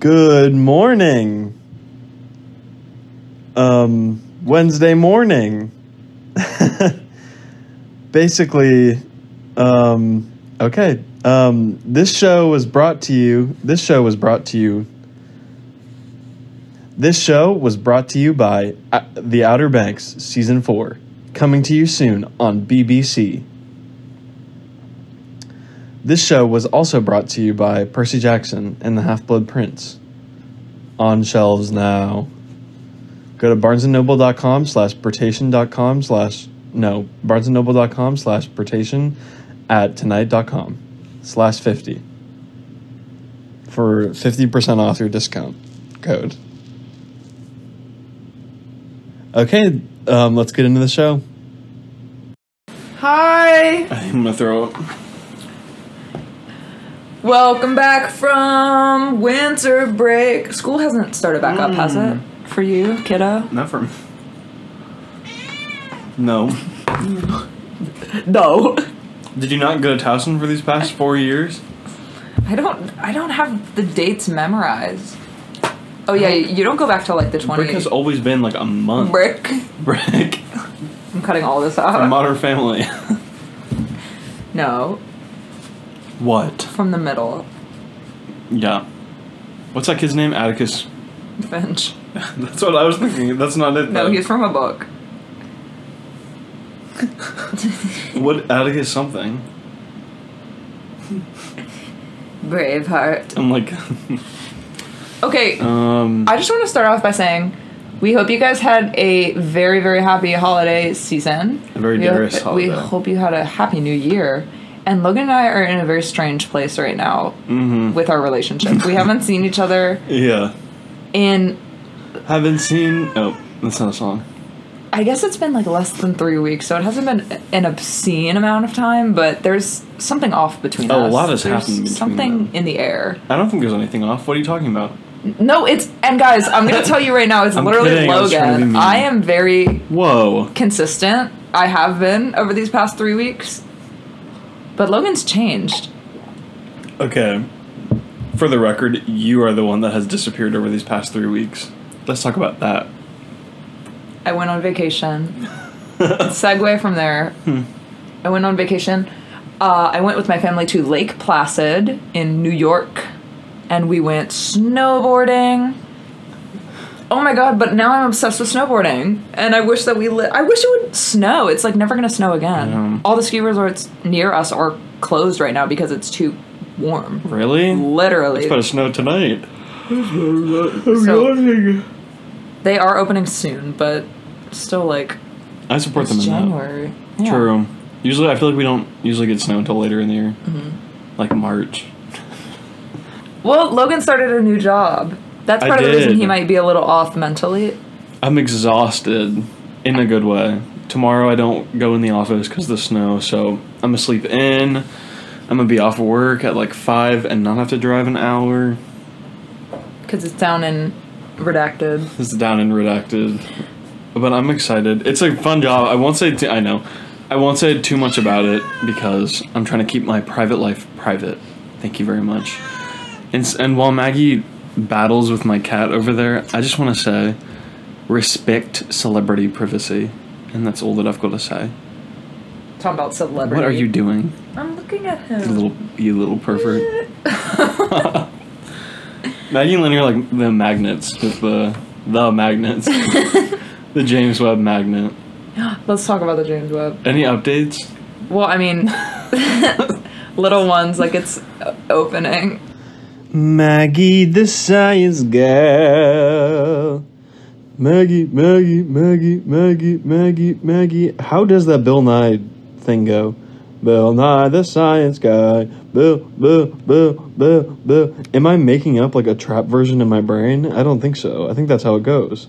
Good morning. Um, Wednesday morning. Basically, um, okay. Um, this show was brought to you. This show was brought to you. This show was brought to you by uh, The Outer Banks Season 4, coming to you soon on BBC. This show was also brought to you by Percy Jackson and the Half Blood Prince. On shelves now. Go to barnesandnoble.com slash portation.com slash no, barnesandnoble.com slash portation at tonight.com slash 50 for 50% off your discount code. Okay, um, let's get into the show. Hi! I'm gonna throw up. Welcome back from winter break. School hasn't started back up, has it? Mm. For you, kiddo? Not for me. No. No. Did you not go to Towson for these past four years? I don't I don't have the dates memorized. Oh yeah, you don't go back till like the Brick has 20th. always been like a month. Brick. Brick. I'm cutting all this out. Modern Family. No, what? from the middle. Yeah. What's that kid's name? Atticus. Finch. That's what I was thinking. That's not it. No, though. he's from a book. What Atticus something? Braveheart. I'm like, Okay, um, I just want to start off by saying we hope you guys had a very, very happy holiday season. A very we hope- diverse holiday. We hope you had a happy new year. And Logan and I are in a very strange place right now Mm-hmm. with our relationship. we haven't seen each other yeah. in, Haven't seen. Oh, that's not a song. I guess it's been like less than three weeks, so it hasn't been an obscene amount of time, but there's something off between Oh, a us. lot has There's happened between Something them. in the air. I don't think there's anything off. What are you talking about? No, it's, and guys, I'm going to tell you right now, it's I'm literally kidding, I was trying to be Logan. mean. I am very Whoa. consistent. I have been over these past three weeks. But Logan's changed. Okay. For the record, you are the one that has disappeared over these past three weeks. Let's talk about that. I went on vacation. Segue from there. I went on vacation. Uh, I went with my family to Lake Placid in New York, and we went snowboarding. Oh my god! But now I'm obsessed with snowboarding, and I wish that we. Li- I wish it would snow. It's like never gonna snow again. know. All the ski resorts near us are closed right now because it's too warm. Really? Literally, It's about to snow tonight. So- They are opening soon, but still like I support them it's in January. that. Yeah. True. Usually, I feel like we don't usually get snow until later in the year, Mm-hmm. like March. Well, Logan started a new job. That's I part of the reason did. he might be a little off mentally. I'm exhausted in a good way. Tomorrow, I don't go in the office because the snow, so I'm gonna sleep in. I'm gonna be off work at like five and not have to drive an hour. Because it's down in redacted. This is down and redacted. But I'm excited. It's a fun job. I won't say. T- I know. I won't say too much about it because I'm trying to keep my private life private. Thank you very much. And s- and while Maggie battles with my cat over there, I just want to say, respect celebrity privacy, and that's all that I've got to say. Talking about celebrity. What are you doing, I'm looking at you him. little you little pervert? Maggie and Lenny are like the magnets with the the magnets, the James Webb magnet. Let's talk about the James Webb. Any updates? Well, I mean, little ones like it's uh, opening. Maggie the science girl. Maggie, Maggie, Maggie, Maggie, Maggie, Maggie. How does that Bill Nye thing go? Bill Nye the science guy. Bill, Bill, Bill, Bill, Bill. Am I making up like a trap version in my brain? I don't think so. I think that's how it goes.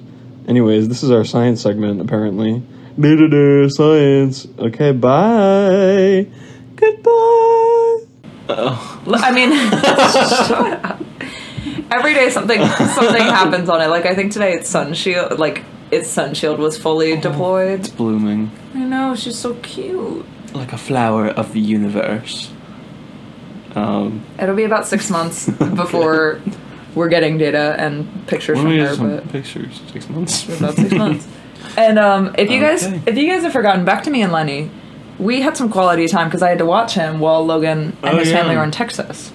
Anyways, this is our science segment apparently. Do do do science. Okay, bye. Goodbye. L- I mean, shut up. Every day something something happens on it. Like I think today it's Sunshield. Like its Sunshield was fully deployed. Blooming. I know she's so cute. like a flower of the universe. Um, It'll be about six months before we're getting data and pictures when from we there, get some but pictures, six months. about six months. And um, if you guys, Okay. if you guys have forgotten, back to me and Lenny, we had some quality time because I had to watch him while Logan and Oh, his yeah. family were in Texas.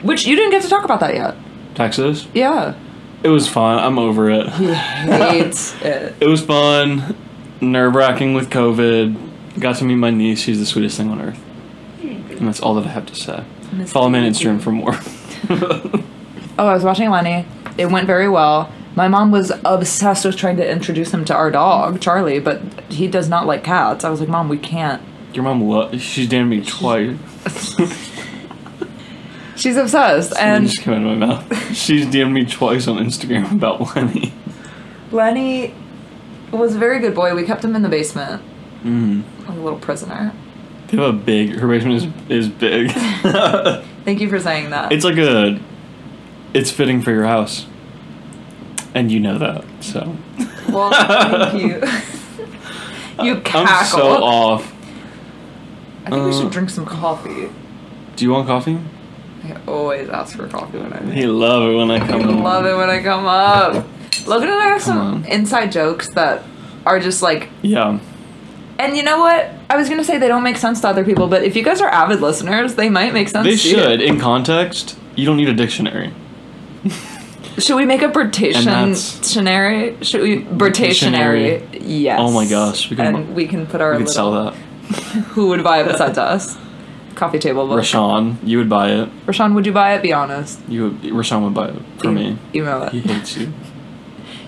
Which you didn't get to talk about that yet. Texas. Yeah, It was fun. I'm over it. hates it. It was fun. Nerve wracking with COVID. Got to meet my niece. She's the sweetest thing on earth. And that's all that I have to say. Miss Follow me on Daisy. Instagram for more. Oh, I was watching Lenny. It went very well. My mom was obsessed with trying to introduce him to our dog Charlie, but he does not like cats. I was like, Mom, we can't. Your mom loves. She's damned me twice. She's obsessed, And and just came out of my mouth. She's DM'd me twice on Instagram about Lenny. Lenny was a very good boy. We kept him in the basement, Mm. a little prisoner. They have a big. Her basement is is big. Thank you for saying that. it's like a. It's fitting for your house. And you know that, so. well, thank you. you cackle. I'm so off. I think we Uh, should drink some coffee. Do you want coffee? I always ask for coffee when I'm He love it when I come. I in. love it when I come up. Logan and I have some Come on. inside jokes that are just like, Yeah. and you know what? I was gonna say they don't make sense to other people, but if you guys are avid listeners, they might make sense. They to you. should. In context, you don't need a dictionary. Should we make a that's- Britationary? Should we Britationary? Yes. Oh my gosh, we we can- can, and we can put our you could little, sell that. who would buy it besides us? Coffee table book. Rashawn, you would buy it. Rashawn, would you buy it? Be honest. You would, Rashawn would buy it for E- me. Email He it. hates you.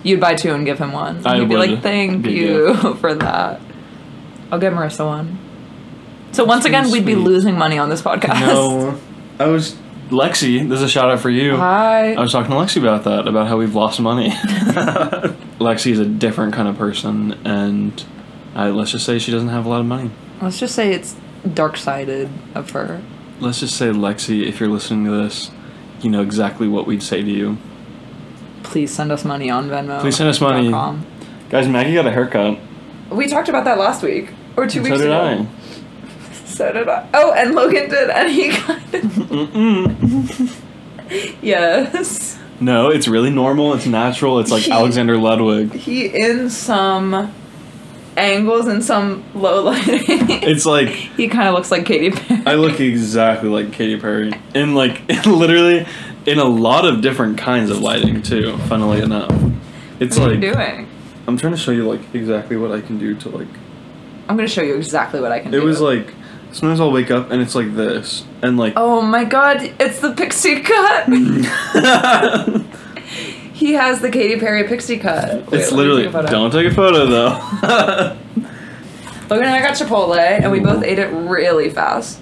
You'd buy two and give him one. I You'd be would. like, thank Be you for that. I'll give Marissa one. So once really again, we'd be sweet. losing money on this podcast. No, I was Lexi. There's a shout out for you. Hi. I was talking to Lexi about that, about how we've lost money. Lexi is a different kind of person, and I, let's just say she doesn't have a lot of money. Let's just say it's dark sided of her. Let's just say, Lexi, if you're listening to this, you know exactly what we'd say to you. Please send us money on Venmo. Please send us money. .com. Guys, Maggie got a haircut. We talked about that last week or two and weeks so did ago. I. So did I. Oh, and Logan did, and he kind of. yes. No, it's really normal. It's natural. It's like He- Alexander Ludwig. He in some angles and some low lighting. It's like he kind of looks like Katy Perry. I look exactly like Katy Perry, in like literally in a lot of different kinds of lighting too. Funnily enough, it's What are you like doing? I'm trying to show you like exactly what I can do to like. I'm gonna show you exactly what I can It do. was like sometimes I'll wake up and it's like this, and like Oh my god, it's the pixie cut! he has the Katy Perry pixie cut. Wait, it's let me literally take a photo. don't take a photo though. Logan and I got Chipotle, and we both ate it really fast.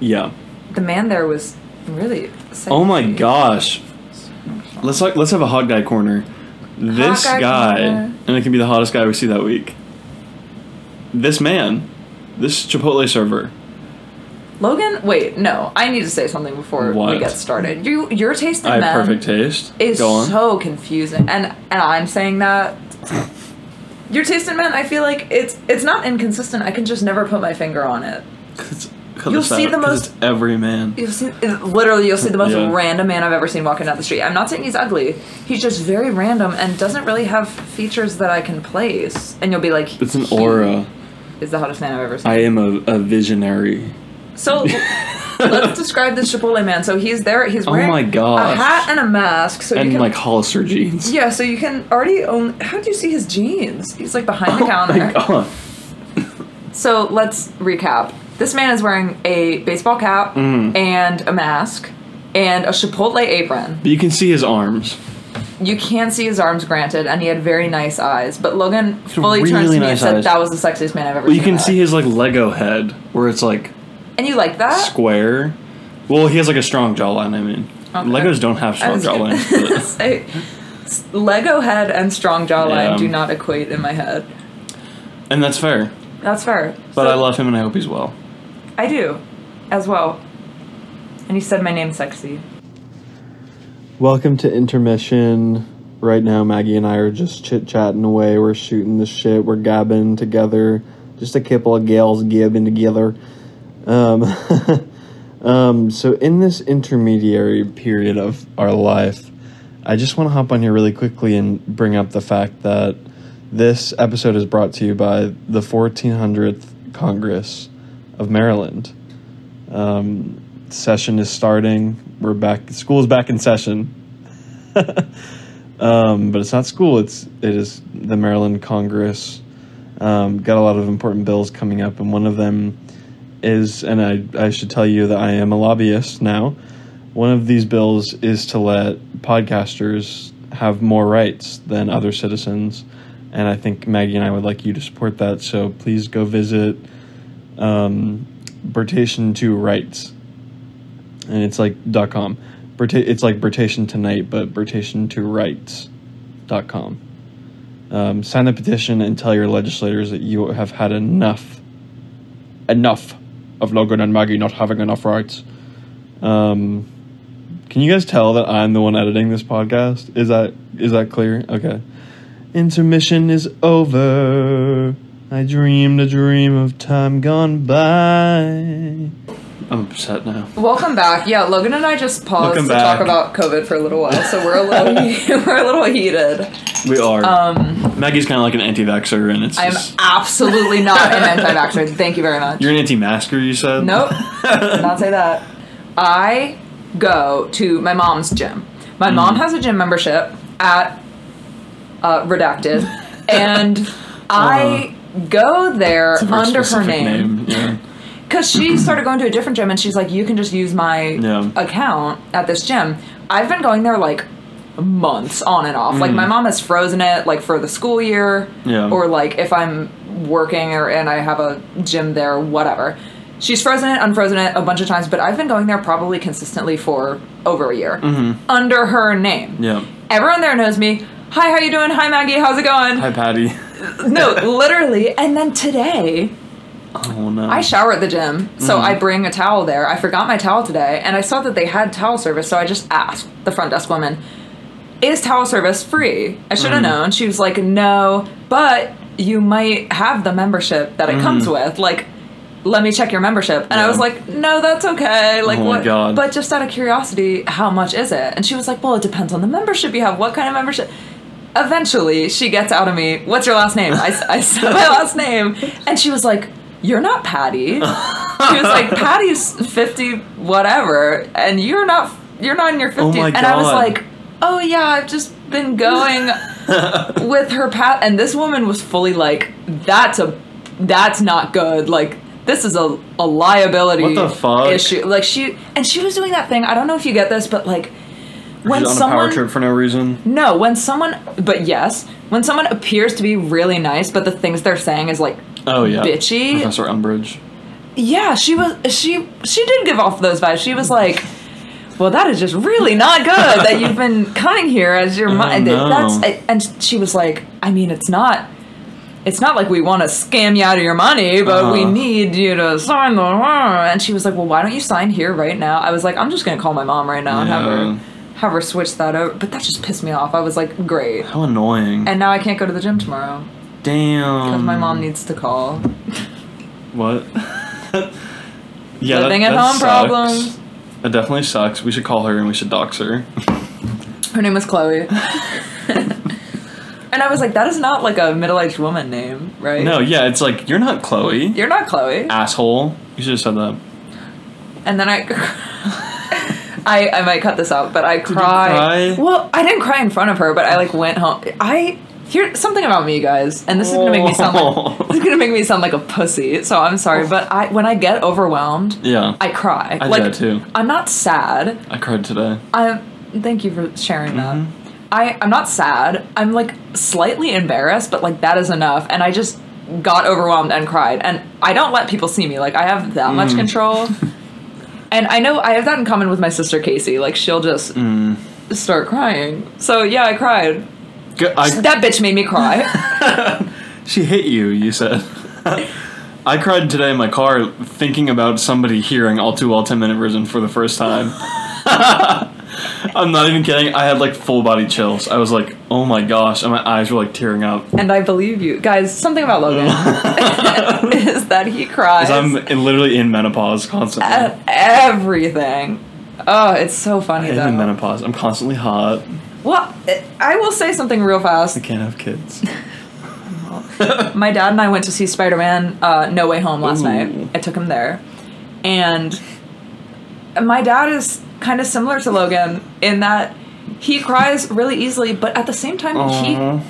yeah. The man there was really. Sexy. Oh my gosh. Let's like let's have a hot guy corner. This guy guy, corner. and it can be the hottest guy we see that week. This man, this Chipotle server. Logan, wait, no. I need to say something before What? we get started. You, your taste in I men have perfect taste. is Go on. so confusing, and and I'm saying that your taste in men, I feel like it's it's not inconsistent. I can just never put my finger on it. 'Cause- 'cause You'll it's see out, the 'cause most- it's every man. You'll see, it- literally, you'll see the most Yeah. random man I've ever seen walking down the street. I'm not saying he's ugly. He's just very random and doesn't really have features that I can place. And you'll be like, It's an "He aura. Is the hottest man I've ever seen. I am a, a visionary. So let's describe this Chipotle man. So he's there. He's Oh wearing my a gosh. hat and a mask. So you And can, like Hollister jeans. yeah. So you can already own. How do you see his jeans? He's like behind the Oh my counter. god. So let's recap. This man is wearing a baseball cap Mm. and a mask and a Chipotle apron. But you can see his arms. You can see his arms, granted, and he had very nice eyes. But Logan fully really turns to me and nice said, eyes. "That was the sexiest man I've ever Well, seen." you can in my see life." his like Lego head, where it's like and you like that. square. Well, he has like a strong jawline. I mean, Okay. Legos don't have I strong was gonna jawlines. but- say, s- Lego head and strong jawline Yeah. do not equate in my head. And that's fair. That's fair. But So- I love him and I hope he's well. I do, as well. And he said my name sexy. Welcome to intermission. Right now, Maggie and I are just chit chatting away. We're shooting the shit. We're gabbing together. Just a couple of gals gabbing together. Um, Um, so in this intermediary period of our life, I just want to hop on here really quickly and bring up the fact that this episode is brought to you by the 1400th Congress of Maryland. Um, session is starting. We're back. School is back in session. um, but it's not school. It's it is the Maryland Congress. Um, got a lot of important bills coming up, and one of them is, and I I should tell you that I am a lobbyist now. One of these bills is to let podcasters have more rights than other citizens, and I think Maggie and I would like you to support that. So please go visit um, Bertation to Rights and it's like dot com. Berta- it's like Bertation tonight, but Bertation to rights dot com. Um, sign the petition and tell your legislators that you have had enough, enough of Logan and Maggie not having enough rights. Um, can you guys tell that I'm the one editing this podcast? Is that is that clear? Okay. Intermission is over. I dreamed a dream of time gone by. I'm upset now. Welcome back. Yeah, Logan and I just paused Welcome to talk back. about COVID for a little while, so we're a little we're a little heated. We are. Um, Maggie's kind of like an anti-vaxxer, and it's I'm just, absolutely not an anti-vaxxer. Thank you very much. you're an anti-masker. You said Nope. Did not say that. I go to my mom's gym. My Mm. mom has a gym membership at uh, Redacted, and I go there Uh-huh. It's a very under her specific name Yeah. because she started going to a different gym, and she's like, "You can just use my Yeah. account at this gym." I've been going there like months on and off. Like my mom has frozen it like for the school year, Mm-hmm. Yeah. or like if I'm working or and I have a gym there, whatever. She's frozen it, unfrozen it a bunch of times, but I've been going there probably consistently for over a year under her name. Mm-hmm. Yeah. Everyone there knows me. Hi, how you doing? Hi, Maggie. How's it going? Hi, Patty. No, literally. And then today, Oh no. I shower at the gym, so I bring a towel there. I forgot my towel today, and I saw that they had towel service, so I just asked the front desk woman, "Is towel service free?" I should have known. She was like, "No, but you might have the membership that it comes with." Like, let me check your membership, and I Yeah. was like, "No, that's okay." Like, Oh my what? God. But just out of curiosity, how much is it? And she was like, "Well, it depends on the membership you have. What kind of membership?" eventually she gets out of me what's your last name i, I said my last name and she was like you're not patty she was like patty's 50 whatever and you're not you're not in your 50s my and i was God. like oh yeah i've just been going with her pat and this woman was fully like that's a that's not good like this is a, a liability What the fuck? issue like she and she was doing that thing i don't know if you get this but like when She's on someone a power trip for no reason. no, when someone, but yes, when someone appears to be really nice, but the things they're saying is like, Oh yeah. Bitchy. Professor Umbridge. yeah, she was, she, she did give off those vibes. She was like, well, that is just really not good that you've been coming here as your mind. Oh, no. That's, and she was like, I mean, it's not, it's not like we want to scam you out of your money, but we Uh-huh. need you to sign the. And she was like, well, why don't you sign here right now? I was like, I'm just gonna call my mom right now and Yeah. have her. Have her switch that over, but that just pissed me off. I was like, "Great, How annoying. and now I can't go to the gym tomorrow Damn. because my mom needs to call. What? yeah. Living at home problems. That definitely sucks. We should call her and we should dox her. Her name was Chloe. and I was like, that is not like a middle aged woman name, right? No, yeah, it's like you're not Chloe, You're not Chloe. asshole. You should have said that. And then I. I, I might cut this out, but I cry? cried. Well, I didn't cry in front of her, but I like went home. I here's something about me, guys, and this is gonna make me sound Oh. like this is gonna make me sound like a pussy. So I'm sorry, but I when I get overwhelmed, Yeah. I cry. I do like that too. I'm not sad. I cried today. I Um, thank you for sharing that. I I'm not sad. I'm like slightly embarrassed, but like that is enough. And I just got overwhelmed and cried. And I don't let people see me. Like I have that much control. and I know I have that in common with my sister Casey. Like she'll just start crying. So yeah, I cried. G- I- That bitch made me cry. She hit you, you said. I cried today in my car thinking about somebody hearing All Too Well 10 Minute Version for the first time. I'm not even kidding. I had like full body chills. I was like, oh my gosh, and my eyes were like tearing up. And I believe you. Guys, something about Logan is that he cries 'Cause I'm in- literally in menopause constantly. at everything. Oh, it's so funny I'm though. in menopause. I'm constantly hot. Well, I will say something real fast. I can't have kids. My dad and I went to see Spider Man uh, No Way Home last Ooh. night. I took him there. And my dad is kind of similar to Logan in that he cries really easily, but at the same time, Aw. he,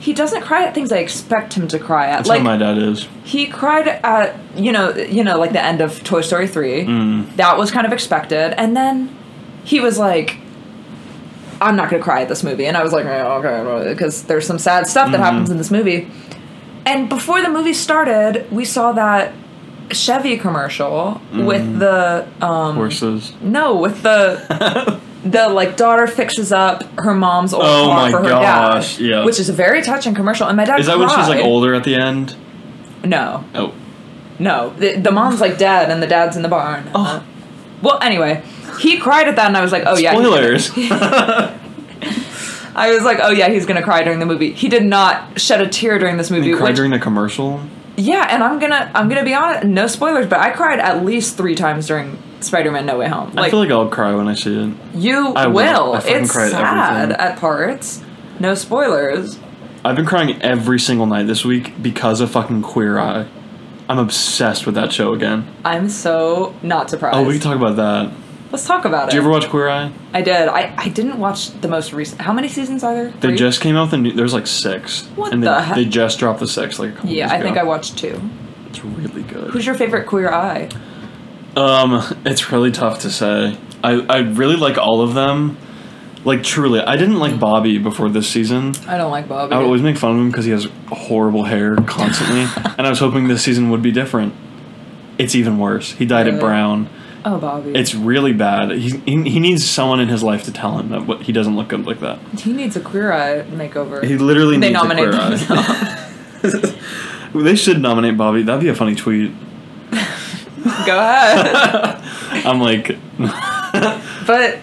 he doesn't cry at things I expect him to cry at. That's like, how my dad is. he cried at, you know, you know, like the end of Toy Story 3. Mm. That was kind of expected. And then he was like, I'm not going to cry at this movie. And I was like, "Oh, okay, because there's some sad stuff Mm-hmm. that happens in this movie. And before the movie started, we saw that Chevy commercial Mm. with the um Horses. no with the the like daughter fixes up her mom's old Oh car my for her gosh, dad, yeah. which is a very touching commercial. And my dad Is that when she's like cried. older at the end? No, Oh. no, the, the mom's like dead, and the dad's in the barn. Uh, Oh. Well, anyway, he cried at that, and I was like, "Oh yeah." he's gonna- Spoilers. I was like, "Oh yeah, he's gonna cry during the movie." He did not shed a tear during this movie. you cried which- during the commercial? yeah, and I'm gonna I'm gonna be honest, no spoilers, but I cried at least three times during Spider-Man: No Way Home. I Like, feel like I'll cry when I see it. you I will. will. I fucking it's cried at sad everything. at parts. No spoilers. I've been crying every single night this week because of fucking Queer Eye. I'm obsessed with that show again. I'm so not surprised. Oh, we can talk about that. Let's talk about Do you it. ever watch Queer Eye? I did. I, I didn't watch the most recent. How many seasons are there? They Three? just came out with a new. There's like six. What and they, the heck? They just dropped the six like a couple Yeah, days I think ago. I watched two. It's really good. Who's your favorite queer eye? Um, it's really tough to say. I, I really like all of them. Like truly, I didn't like Bobby before this season. I don't like Bobby. I would always make fun of him because he has horrible hair constantly, and I was hoping this season would be different. It's even worse. He dyed it Really? brown. oh, Bobby. It's really bad. He, he he needs someone in his life to tell him that what, he doesn't look good like that. he needs a queer eye makeover. He literally They needs a nominated queer eye. they should nominate Bobby. That'd be a funny tweet. Go ahead. I'm like, but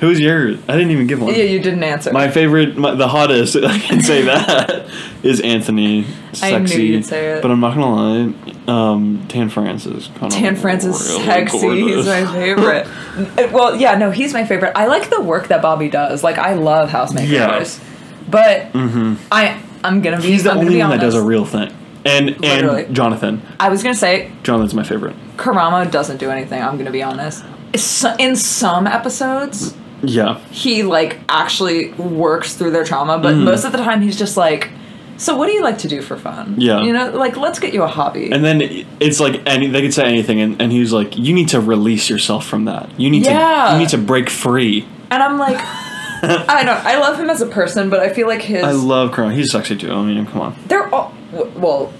who's yours? I didn't even give one. yeah, you didn't answer. My favorite, my, the hottest, I can say that, is Anthony. Sexy. I knew you'd say it. But I'm not gonna lie, um, Tan Francis. Kind Tan Francis really sexy. He's gorgeous. my favorite. Uh, well, yeah, no, he's my favorite. I like the work that Bobby does. Like I love housemakers. Yeah. Mm-hmm. But I I'm gonna be He's the I'm gonna only be one that does a honest. real thing. And Literally. and Jonathan. I was gonna say Jonathan's my favorite. Karamo doesn't do anything, I'm gonna be honest. So- In some episodes, Yeah. he like actually works through their trauma, Mm-hmm. but most of the time he's just like, so what do you like to do for fun? Yeah. you know, like let's get you a hobby. And then it's like any they could say anything, and, and he's like, "You need to release yourself from that. You need to Yeah. you need to break free." And I'm like, I don't. I love him as a person, but I feel like his. I love Corona. He's sexy too. I mean, come on. they're all w- well.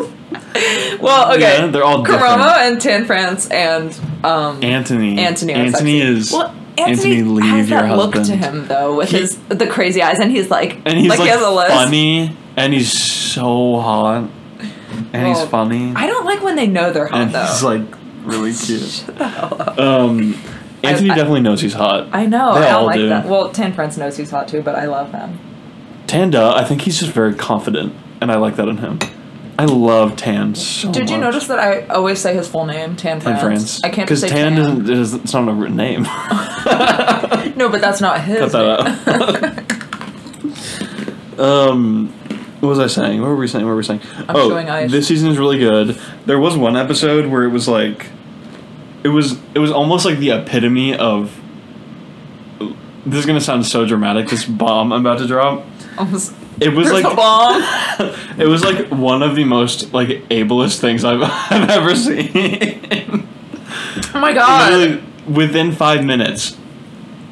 well, okay. Yeah, they're all different. Karama and Tan France and um Anthony. Anthony. are Anthony sexy. is. Well, Anthony, leave has your that husband. look to him though, with He- his the crazy eyes, and he's like, and he's like, he has a list. funny, and he's so hot, and he's Well, funny, I don't like when they know they're hot and though. he's like really cute. Um, Anthony I- definitely knows he's hot. I know. They I don't all like do. that. Well, Tan France knows he's hot too, but I love him. Tanda, I think he's just very confident, and I like that in him. I love Tan so Did you much. notice that I always say his full name, Tan In France? France, I can't just say Tan Tan. doesn't. is- It's not a written name. No, but that's not Cut his. that out. um, what was I saying? What were we saying? What were we saying? oh, showing eyes. this season is really good. There was one episode where it was like, it was it was almost like the epitome of. This is gonna sound so dramatic. This bomb I'm about to drop. Almost- It was There's like a bomb. it was like one of the most like ableist things I've, I've ever seen. Oh my god. Literally within five minutes,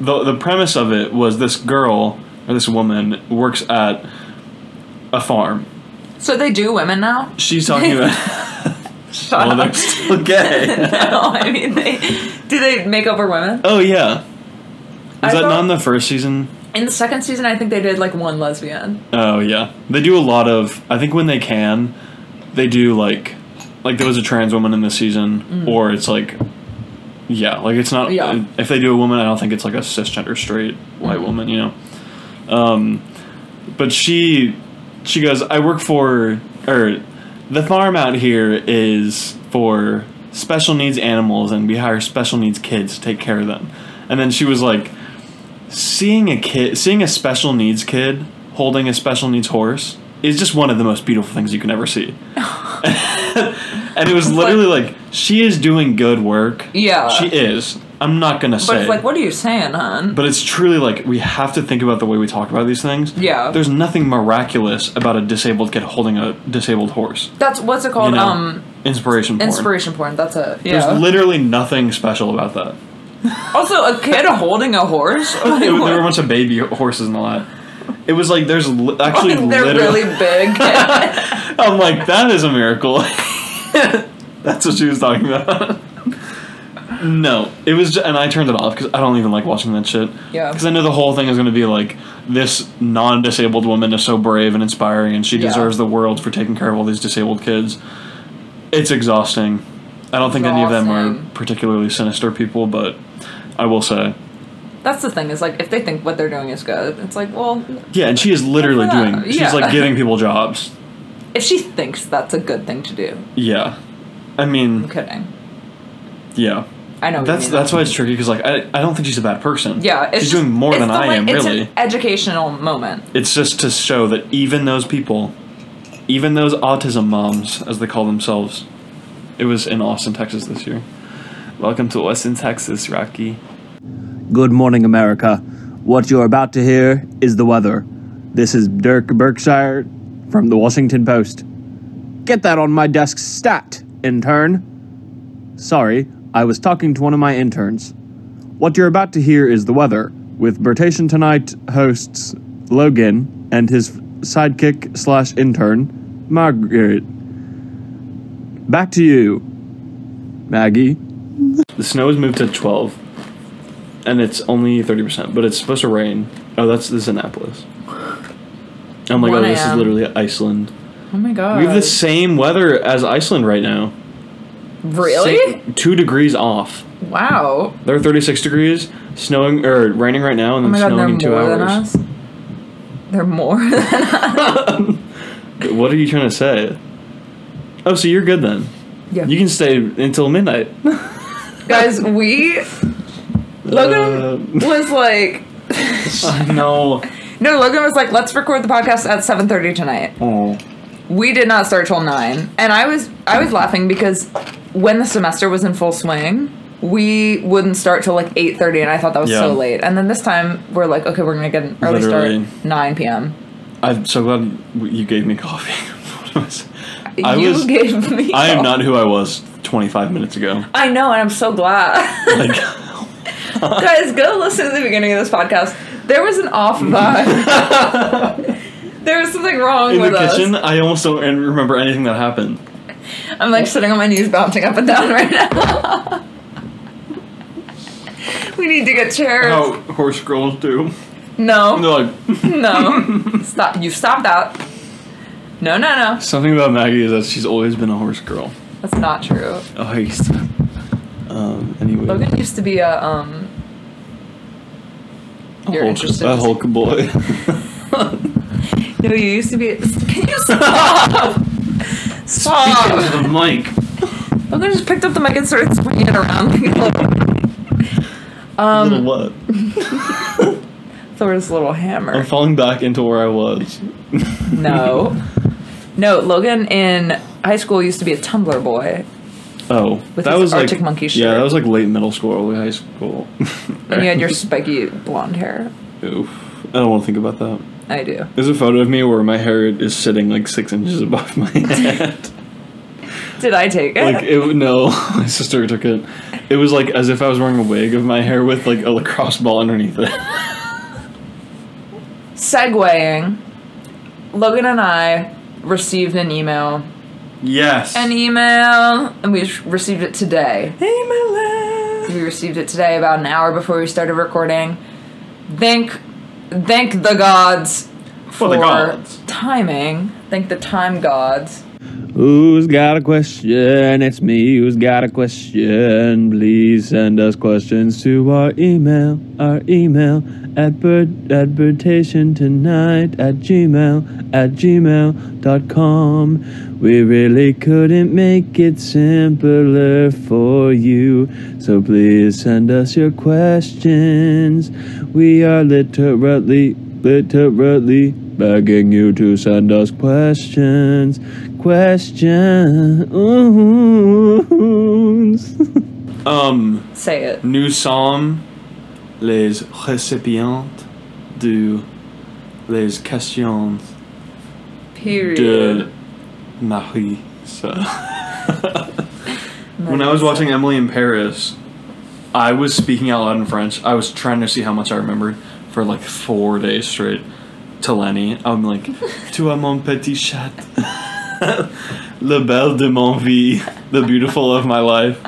the the premise of it was this girl or this woman works at a farm. So they do women now? She's talking about Shut well, they're up. still gay. no, I mean they do they make over women? Oh yeah, I was that thought- not in the first season? In the second season I think they did like one lesbian. Oh yeah, they do a lot of. I think when they can, they do like like there was a trans woman in this season, or it's like Yeah, like it's not. Yeah. If they do a woman, I don't think it's like a cisgender straight white woman, you know. Um, but she, she goes. I work for, or, the farm out here is for special needs animals, and we hire special needs kids to take care of them. And then she was like, seeing a kid, seeing a special needs kid holding a special needs horse is just one of the most beautiful things you can ever see. and it was literally like she is doing good work. Yeah. She is. I'm not gonna say. But it's like, what are you saying, hon? But it's truly like we have to think about the way we talk about these things. Yeah. There's nothing miraculous about a disabled kid holding a disabled horse. That's what's it You called? know? Um, inspiration. Porn. inspiration porn. That's it. There's Yeah. literally nothing special about that. also, a kid holding a horse. Like, It, was- there were a what? bunch of baby horses in the lot. It was like there's li- actually Like, they're literally. really big. I'm like that is a miracle. That's what she was talking about. no, it was, ju- and I turned it off because I don't even like watching that shit. Yeah. Because I know the whole thing is going to be like this non-disabled woman is so brave and inspiring, and she Yeah. deserves the world for taking care of all these disabled kids. It's exhausting. I don't think any of them are Exhausting. particularly sinister people, but I will say That's the thing is like if they think what they're doing is good, it's like well, Yeah, and she is literally Yeah, doing. She's yeah. like giving people jobs. if she thinks that's a good thing to do, Yeah, I mean, I'm kidding. yeah. I know what you That's mean. that's why it's tricky because like I, I don't think she's a bad person. Yeah, it's she's just- doing more it's than the, I like, am. it's Really, an educational moment. it's just to show that even those people, even those autism moms as they call themselves, it was in Austin, Texas this year. Welcome to Austin, Texas, Rocky. Good morning, America. What you're about to hear is the weather. This is Dirk Berkshire from the Washington Post. Get that on my desk stat, intern. Sorry, I was talking to one of my interns. What you're about to hear is the weather with Bertation Tonight hosts Logan and his sidekick slash intern, Margaret. Back to you, Maggie. The snow has moved to twelve, and it's only thirty percent, but it's supposed to rain. Oh, that's this is Annapolis. Oh my god, 1 this is a.m.. literally Iceland. Oh my god. We have the same weather as Iceland right now. really? Same- two degrees off. Wow. They're 36 degrees, snowing or raining right now, and then Oh my god, they're snowing more in two than hours. us. They're more than What are you trying to say? Oh, so you're good then. Yeah. You can stay until midnight. guys, we Uh, Logan was like no. no, Logan was like, let's record the podcast at seven thirty tonight. Oh. We did not start till nine. And I was I was laughing because when the semester was in full swing, we wouldn't start till like eight thirty and I thought that was Yeah. so late. And then this time we're like, okay, we're gonna get an early Literally. start nine PM. I'm so glad you gave me coffee. What was- I you was. gave me I am all- not who I was 25 minutes ago. I know, and I'm so glad. Like, Guys, go listen to the beginning of this podcast. There was an off vibe. there was something wrong in the with us. kitchen, I almost don't remember anything that happened. I'm like sitting on my knees, bouncing up and down right now. we need to get chairs. How horse girls do. No, They're like, no, stop! You stop that. No, no, no. Something about Maggie is that she's always been a horse girl. That's not true. A heist. Um, anyway. Logan used to be a um. You're Hulk- interested. A Hulk boy. No, you used to be. Can you stop? stop. the mic. Logan just picked up the mic and started swinging it around. Little what? Thor's little I'm hammer. falling back into where I was. No. No, Logan in high school used to be a Tumblr boy. Oh, With that his was Arctic like Monkey yeah, shirt. that was like late middle school, early high school. And you had your spiky blonde hair. Oof. I don't want to think about that. I do. There's a photo of me where my hair is sitting like six inches above my head. Did I take it? like it no, my sister took it. It was like as if I was wearing a wig of my hair with like a lacrosse ball underneath it. Segwaying. Logan and I received an email. Yes. An email. And we sh- received it today. We received it today about an hour before we started recording. Thank thank the gods For the gods. timing. Thank the time gods. Who's got a question? It's me. Who's got a question? Please send us questions to our email. Our email at bird advertation tonight at gmail at gmail.com. We really couldn't make it simpler for you. So please send us your questions. We are literally literally begging you to send us questions. Questions. Um, Say it. nous sommes les récipientes de les questions de Period. Marie. So, when I was watching Emily in Paris, I was speaking out loud in French. I was trying to see how much I remembered for like four days straight to Lenny. I'm like, Tu as mon petit chat. Le belle de mon vie. The beautiful of my life.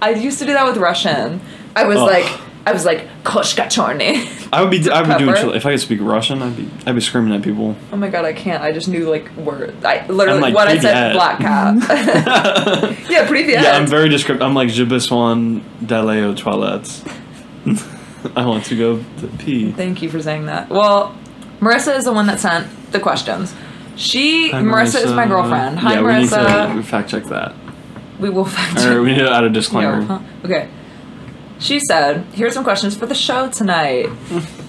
I used to do that with Russian. I was Oh. like, I was like, koshka chorny. I would be. I would be doing Pepper. shit. If I could speak Russian, I'd be. I'd be screaming at people. Oh my god, I can't. I just knew like word. I literally I'm like, what I "Pretty said. head." Black cat. yeah, pretty Yeah, head. I'm very descriptive. I'm like je besoin d'aller aux toilettes. I want to go to pee. Thank you for saying that. Well, Marissa is the one that sent the questions. She, Hi, Marissa, is my girlfriend. Hi, yeah, Marissa. we need to fact check that. We will fact check. Or we need to add a disclaimer. No, huh? Okay. She said, "Here's some questions for the show tonight.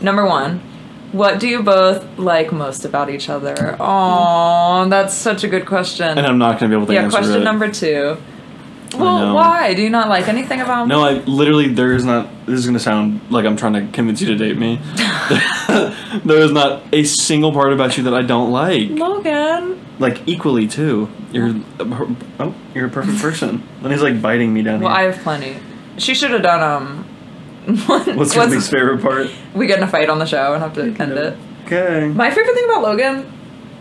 Number one, what do you both like most about each other? Oh, that's such a good question. And I'm not gonna be able to yeah, answer question it. number two. know. Well, why do you not like anything about No, I literally there is not. This is gonna sound like I'm trying to convince you to date me. there is not a single part about you that I don't like. Logan? Like equally too. You're oh, you're a perfect person. and he's like biting me down Well, I here. have plenty. She should have done um. What's your what's- least favorite part? we get in a fight on the show and have to end it. Okay. My favorite thing about Logan,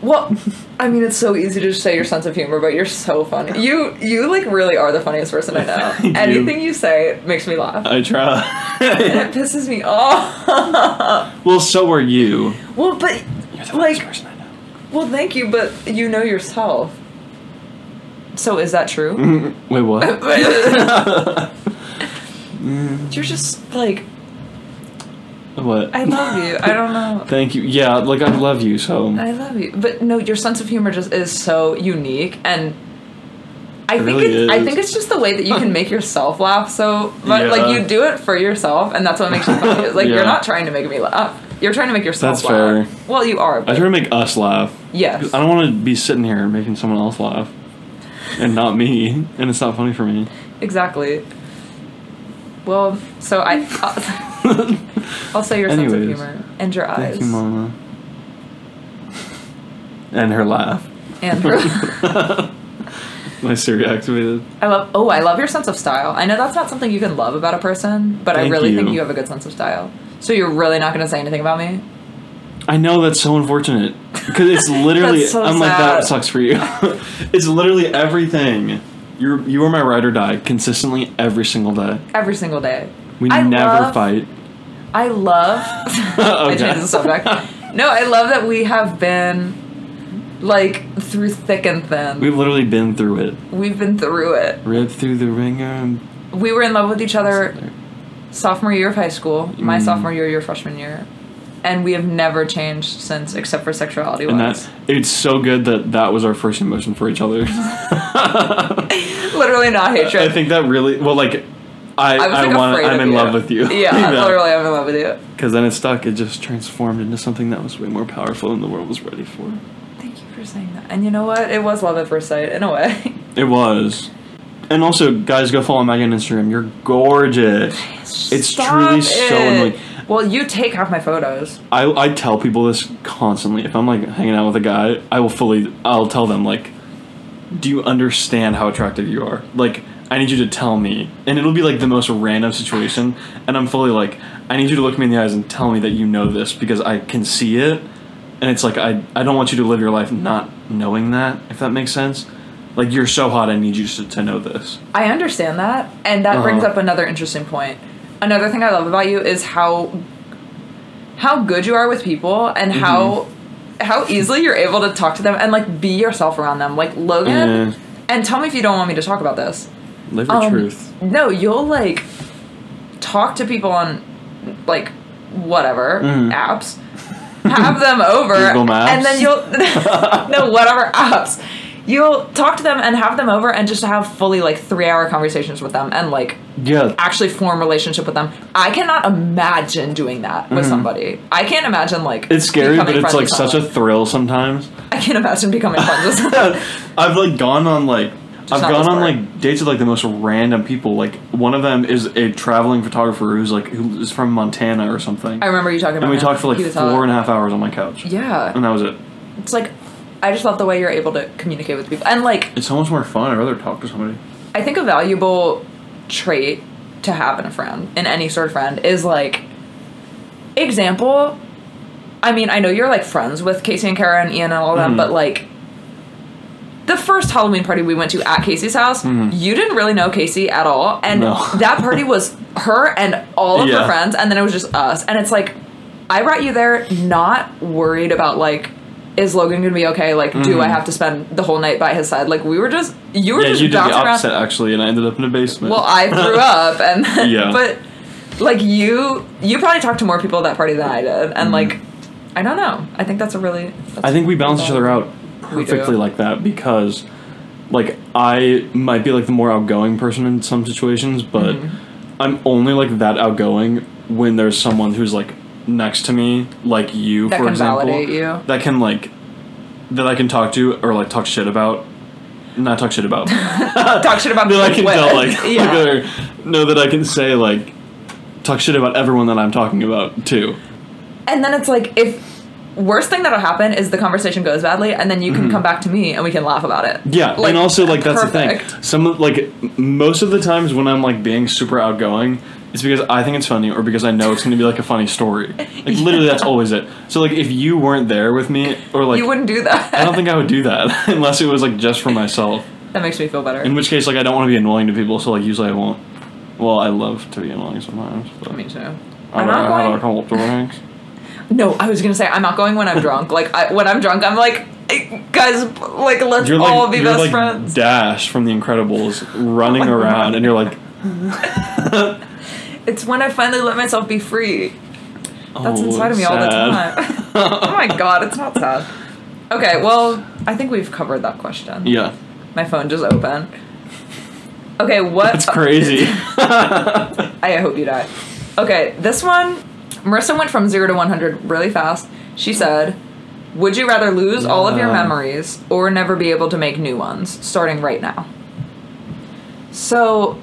well, I mean, it's so easy to just say your sense of humor, but you're so funny. You you like really are the funniest person I know. Thank you. Uh, Anything you say makes me laugh. I try. and it pisses me off. well, so are you. well, but You're like, person I know. well, thank you, but you know yourself. So is that true? Wait, what? you're just like, what? I love you. I don't know. Thank you. Yeah, like I love you so. I love you, but no, your sense of humor just is so unique, and I It think really it's, I is. think it's just the way that you can make yourself laugh. So, but Yeah. like you do it for yourself, and that's what makes you funny. It's Like Yeah. you're not trying to make me laugh; you're trying to make yourself. That's laugh. fair. Well, you are. I But try to make us laugh. yes, 'Cause I don't want to be sitting here making someone else laugh, and not me, and it's not funny for me. exactly. Well, so I, I'll say your sense of Anyways. humor and your eyes Thank you, Mama. And her laugh. and her. My Siri activated. I love. Oh, I love your sense of style. I know that's not something you can love about a person, but I Thank really you. think you have a good sense of style. So you're really not going to say anything about me? I know that's so unfortunate because it's literally. That's so I'm like sad. that sucks for you. it's literally everything. You're you are my ride or die consistently every single day. Every single day. We I never love- fight. I love. I Okay. changed the subject. No, I love that we have been like through thick and thin. We've literally been through it. We've been through it. Ripped through the ringer and We were in love with each other sophomore year of high school, Mm. my sophomore year, your freshman year, and we have never changed since, except for sexuality And wise. that's it's so good that that was our first emotion for each other. Literally not hatred. I think that really well, like I I was I, like want afraid I'm of in you. love with you. Yeah, literally, I'm in love with you. Because then it stuck. It just transformed into something that was way more powerful than the world was ready for. Thank you for saying that. And you know what? It was love at first sight in a way. It was. And also, guys, go follow Maggie on Instagram. You're gorgeous. It's truly so annoying. Well, you take half my photos. I, I tell people this constantly. If I'm like hanging out with a guy, I will fully I'll tell them like, do you understand how attractive you are? Like I need you to tell me, and it'll be like the most random situation, and I'm fully like, I need you to look me in the eyes and tell me that you know this because I can see it, and it's like I I don't want you to live your life not knowing that if that makes sense. Like you're so hot, I need you to, to know this. I understand that, and that brings Uh-huh. up another interesting point. Another Mm-hmm. thing I love about you is how how good you are with people and how how easily you're able to talk to them and like be yourself around them. Like Logan, Yeah. and tell me if you don't want me to talk about this. Live your Um, truth. No, you'll like talk to people on like whatever apps, have them over, Mm. Google Maps? and then you'll no whatever apps. You'll talk to them and have them over and just have fully like three hour conversations with them and like Yeah. actually form a relationship with them. I cannot imagine doing that with somebody. I can't imagine like Mm. It's scary, becoming but it's friends like with such a someone. thrill sometimes. I can't imagine becoming friends with someone. I've like gone on like I've gone not this on part. like dates with like the most random people. Like one of them is a traveling photographer who's like who is from Montana or something. I remember you talking about. and we him. talked for like He was four hot. and a half hours on my couch. Yeah, And that was it. it's like I just love the way you're able to communicate with people, and like It's so much more fun. I'd rather talk to somebody. I think a valuable trait to have in a friend, in any sort of friend, is like example. I mean, I know you're like friends with Casey and Kara and Ian and all of them, Mm-hmm. but like the first Halloween party we went to at Casey's house, you didn't really know Casey at all, and Mm-hmm. No. that party was her and all of Yeah. her friends, and then it was just us, and it's like I brought you there not worried about like. Is Logan gonna be okay? Like, do I have to spend the whole night by his side? Like, we were just you were Mm-hmm. yeah, just you did the bouncing around. opposite actually, and I ended up in a basement. Well, I threw up, and then, Yeah. but like you, you probably talked to more people at that party than I did, and like I don't know. I think that's a really. That's Mm-hmm. I think we balance each other out We do. perfectly like that because, like, I might be like the more outgoing person in some situations, but Mm-hmm. I'm only like that outgoing when there's someone who's like next to me, like you, That for can example, validate you. that can like that I can talk to or like talk shit about, not talk shit about, that talk shit about I can people tell with. like, yeah. like, or know that I can say like talk shit about everyone that I'm talking about too. and then it's like if worst thing that'll happen is the conversation goes badly, and then you can come back to me and we can laugh about it. Mm-hmm. Yeah, Like, and also like that's the thing. perfect. Some of- like m- most of the times when I'm like being super outgoing, it's because I think it's funny or because I know it's going to be like a funny story. Like literally, that's always it. So like if you weren't there with me or like you wouldn't do I that. don't think I would do that unless it was like just for myself. that makes me feel better. In which case, like I don't want to be annoying to people, so like usually I won't. Well, I love to be annoying sometimes. But me too. I I'm don't know how to not going. come up to ranks. No, I was gonna say I'm not going when I'm drunk. Like I, when I'm drunk, I'm like, "Hey, guys, like let's You're like all be you're best like friends. Oh Dash from The Incredibles running around, and you're like, It's when I finally let myself be free. oh, That's inside of me all the sad. time. oh my god, it's not sad. Okay, well, I think we've covered that question. Yeah. My phone just opened. Okay, what? That's crazy. I hope you die. Okay, this one, Marissa went from zero to 100 really fast. She said, Would you rather lose all of your Yeah. memories or never be able to make new ones starting right now? So,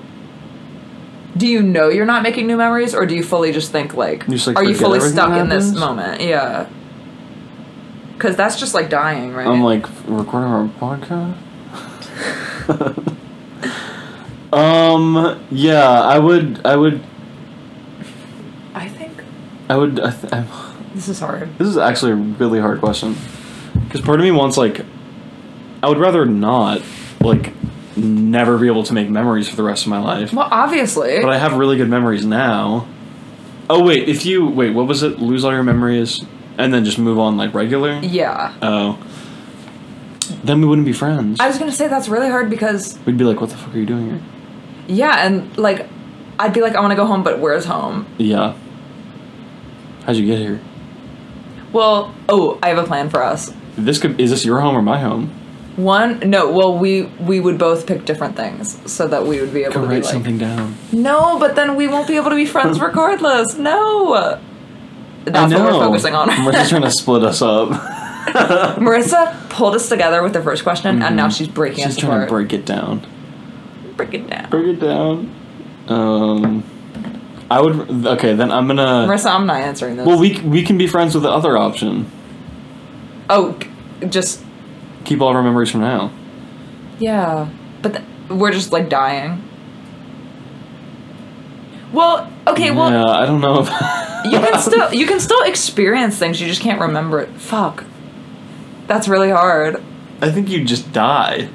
do you know you're not making new memories or do you fully just think, like, You just, like, are you forget fully everything stuck that in this happens? moment? Yeah. Because that's just like dying, right? I'm like recording our podcast. um. Yeah, I would. I would. I think I would. I th- i this is hard. this is actually a really hard question because part of me wants like, I would rather not like never be able to make memories for the rest of my life. Well, obviously. But I have really good memories now. Oh wait, if you wait, what was it? Lose all your memories and then just move on like regular. yeah. Oh. Then we wouldn't be friends. I was going to say that's really hard because We'd be like, "What the fuck are you doing here?" Yeah, and like, I'd be like, I want to go home, but where's home? Yeah. How'd you get here? Well, oh, I have a plan for us. This could is this your home or my home? One, no, well, we we would both pick different things so that we would be able Go to write be like, something down. no, but then we won't be able to be friends regardless. No, I that's know. what we're focusing on. we're just trying to split us up. Marissa pulled us together with the first question, and now she's breaking Mm-hmm. She's us trying apart. to break it down. break it down. Break it down. Um, I would. Okay, then I'm gonna. Marissa, I'm not answering this. Well, we we can be friends with the other option. oh, just Keep all of our memories from now. Yeah, but th- we're just like dying. Well, okay, well, yeah, I don't know. If, you can still you can still experience things. You just can't remember it. Fuck, that's really hard. I think you just die.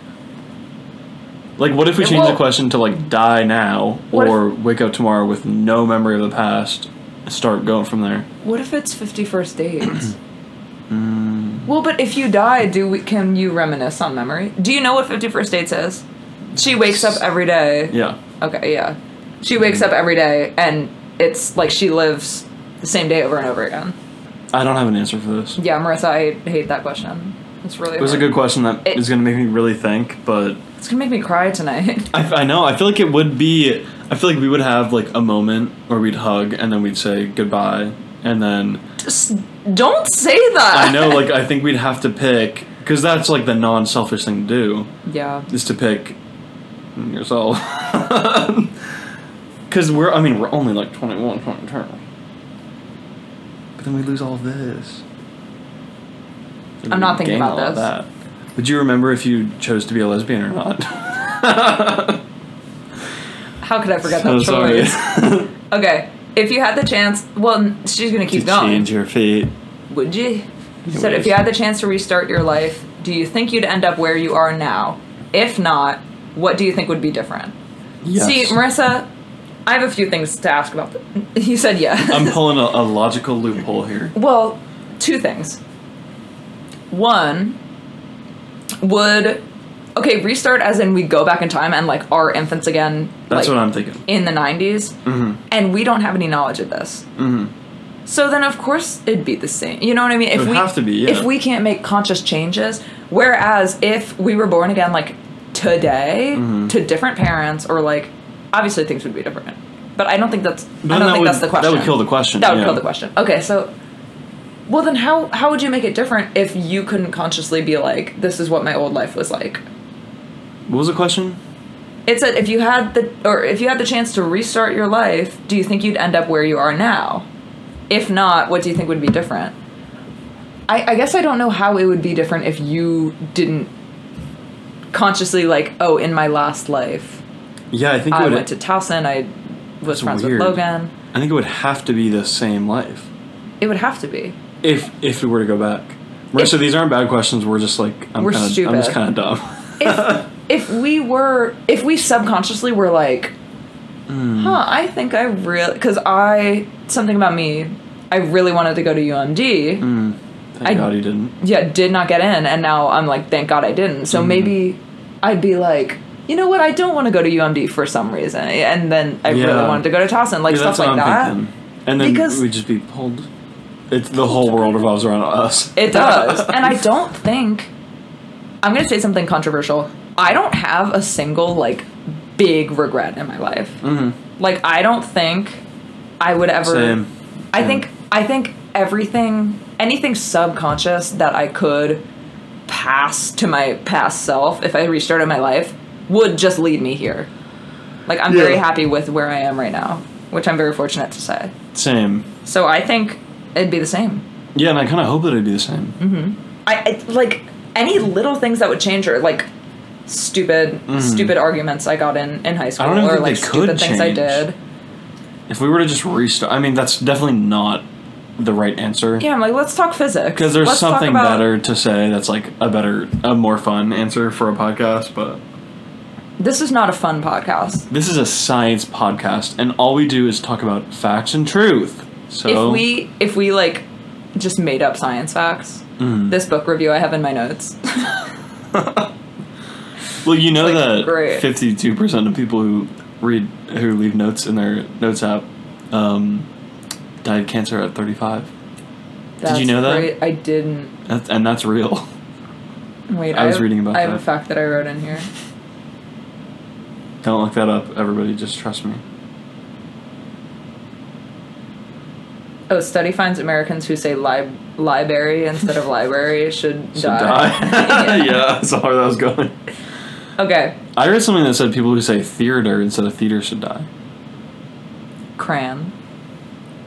Like, what if we Yeah, change well- the question to like die now What if- or wake up tomorrow with no memory of the past? and Start going from there. Mm. What if it's fifty first dates? Well, but if you die, do we, can you reminisce on memory? Do you know what Fifty First Dates is? She wakes up every day. Yeah. Okay, yeah. She wakes up every day, and it's like she lives the same day over and over again. I don't have an answer for this. Yeah, Marissa, I hate that question. It's really. It was a hard. good question that It- is going to make me really think, but It's gonna make me cry tonight. I, I know. I feel like it would be. I feel like we would have like a moment where we'd hug and then we'd say goodbye, and then Just don't say that. I know. Like I think we'd have to pick because that's like the non-selfish thing to do yeah. is to pick yourself. Because we're. I mean, we're only like 21, 22. But then we lose all of this. And we I'm not thinking gain about all of this. that. Would you remember if you chose to be a lesbian or not? How could I forget So that sorry. choice? Okay, if you had the chance, well, n- she's gonna keep to going. change your fate. Would you? So, would. if you had the chance to restart your life, do you think you'd end up where you are now? If not, what do you think would be different? Yes. See, Marissa, I have a few things to ask about. Th- you said yes. I'm pulling a, a logical loophole here. well, two things. One would okay restart as in we go back in time and like are infants again. That's like, what I'm thinking. in the 90s Mm-hmm. and we don't have any knowledge of this so then of course it'd be the same you know what i mean if would we have to be, yeah. if we can't make conscious changes whereas if we were born again like today Mm-hmm. to different parents or like obviously things would be different but i don't think that's But i then don't that think would- that's the question That would kill the question. that would yeah. kill the question okay so well then how how would you make it different if you couldn't consciously be like this is what my old life was like What was the question? it said if you had the or if you had the chance to restart your life, do you think you'd end up where you are now? If not, what do you think would be different? I, I guess I don't know how it would be different if you didn't consciously like, oh, in my last life, Yeah, I think I it would. went to Towson, I was That's friends weird. with Logan. I think it would have to be the same life It would have to be. if if we were to go back. Marissa, If- these aren't bad questions. We're just like I'm We're kind of I'm just stupid. kind of dumb. if if we were if we subconsciously were like Hmm. huh i think i really because i something about me i really wanted to go to umd Thank I- God you didn't. yeah did not get in and now i'm like thank god i didn't so Mm-hmm. maybe i'd be like you know what i don't want to go to umd for some reason and then i Yeah. really wanted to go to towson like Yeah, stuff that's like what that I'm thinking. And then Because- we'd just be pulled. It's the whole world revolves around us. It does. and I don't think I'm going to say something controversial. I don't have a single like big regret in my life. Mm-hmm. Like I don't think I would ever Same. I think I think everything anything subconscious that I could pass to my past self if I restarted my life would just lead me here. Like I'm very Yeah. happy with where I am right now, which I'm very fortunate to say. Same. So I think it'd be the same. Yeah, and I kind of hope that it'd be the same. Mm-hmm. I, I like any little things that would change or like stupid stupid arguments I got in in high school Mm. don't even or think like they stupid could things I change. did. If we were to just restart, I mean, that's definitely not the right answer. Yeah, I'm like let's talk physics Because there's Let's talk something about- better to say that's like a better, a more fun answer for a podcast, but This is not a fun podcast. this is a science podcast, and all we do is talk about facts and truth. So If we if we like just made up science facts, Mm. this book review I have in my notes. well, you know like, that great. fifty-two percent of people who read who leave notes in their notes app um, died of cancer at thirty-five, That's know that? great. I didn't. that's, and that's real. Wait, I was have- reading about I have that. a fact that I wrote in here. Don't look that up, everybody. Just trust me. Oh, study finds Americans who say lib- library instead of library should, So die. Yeah. yeah, that's where that was going. Okay, I read something that said people who say theater instead of theater should die. Cran.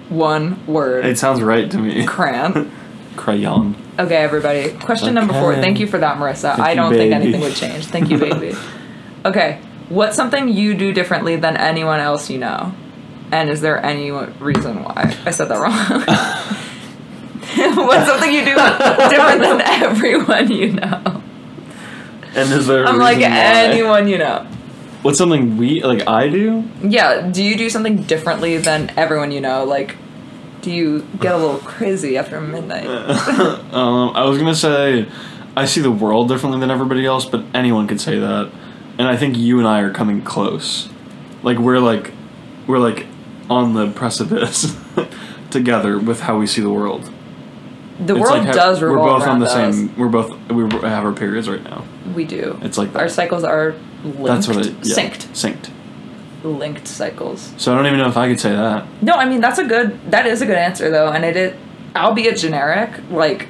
One word. It sounds right to me. cran. Crayon. Okay, everybody. Question number four. Okay. Thank you for that, Marissa. Thank I you, don't baby. think anything would change. Thank you, baby. okay, what's something you do differently than anyone else you know? And is there any w- reason why? I said that wrong. what's something you do different than everyone you know? And is there? a I'm like, reason why? anyone you know. What's something we like? I do. Yeah, do you do something differently than everyone you know? Like, Do you get a little crazy after midnight? Um, I was gonna say, I see the world differently than everybody else, but anyone could say that, and I think you and I are coming close. Like we're like, we're like on the precipice together with how we see the world. The It's world like how- does We're revolve both on around the us. same. We're both we have our periods right now. We do. It's like our that. cycles are linked. That's what it. Yeah, synced. Synced. Linked cycles. So I don't even know if I could say that. No, I mean that's a good. That is a good answer though, and it is. Albeit generic, like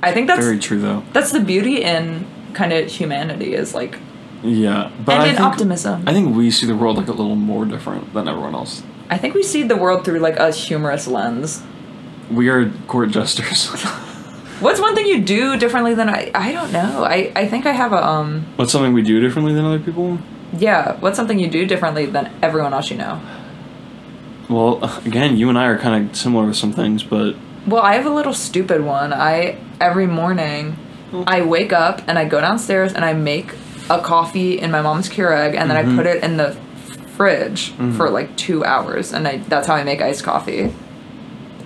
I think that's Very true though. that's the beauty in kind of humanity is like Yeah, but And I in think, optimism. I think we see the world like a little more different than everyone else. I think we see the world through like a humorous lens. We are court jesters. What's one thing you do differently than I? I don't know. I I think I have a um. What's something we do differently than other people? Yeah. What's something you do differently than everyone else you know? Well, again, you and I are kind of similar with some things, but Well, I have a little stupid one. I every morning I wake up and I go downstairs and I make a coffee in my mom's Keurig and then Mm-hmm. I put it in the fridge for like 2 hours and I that's how I make iced coffee.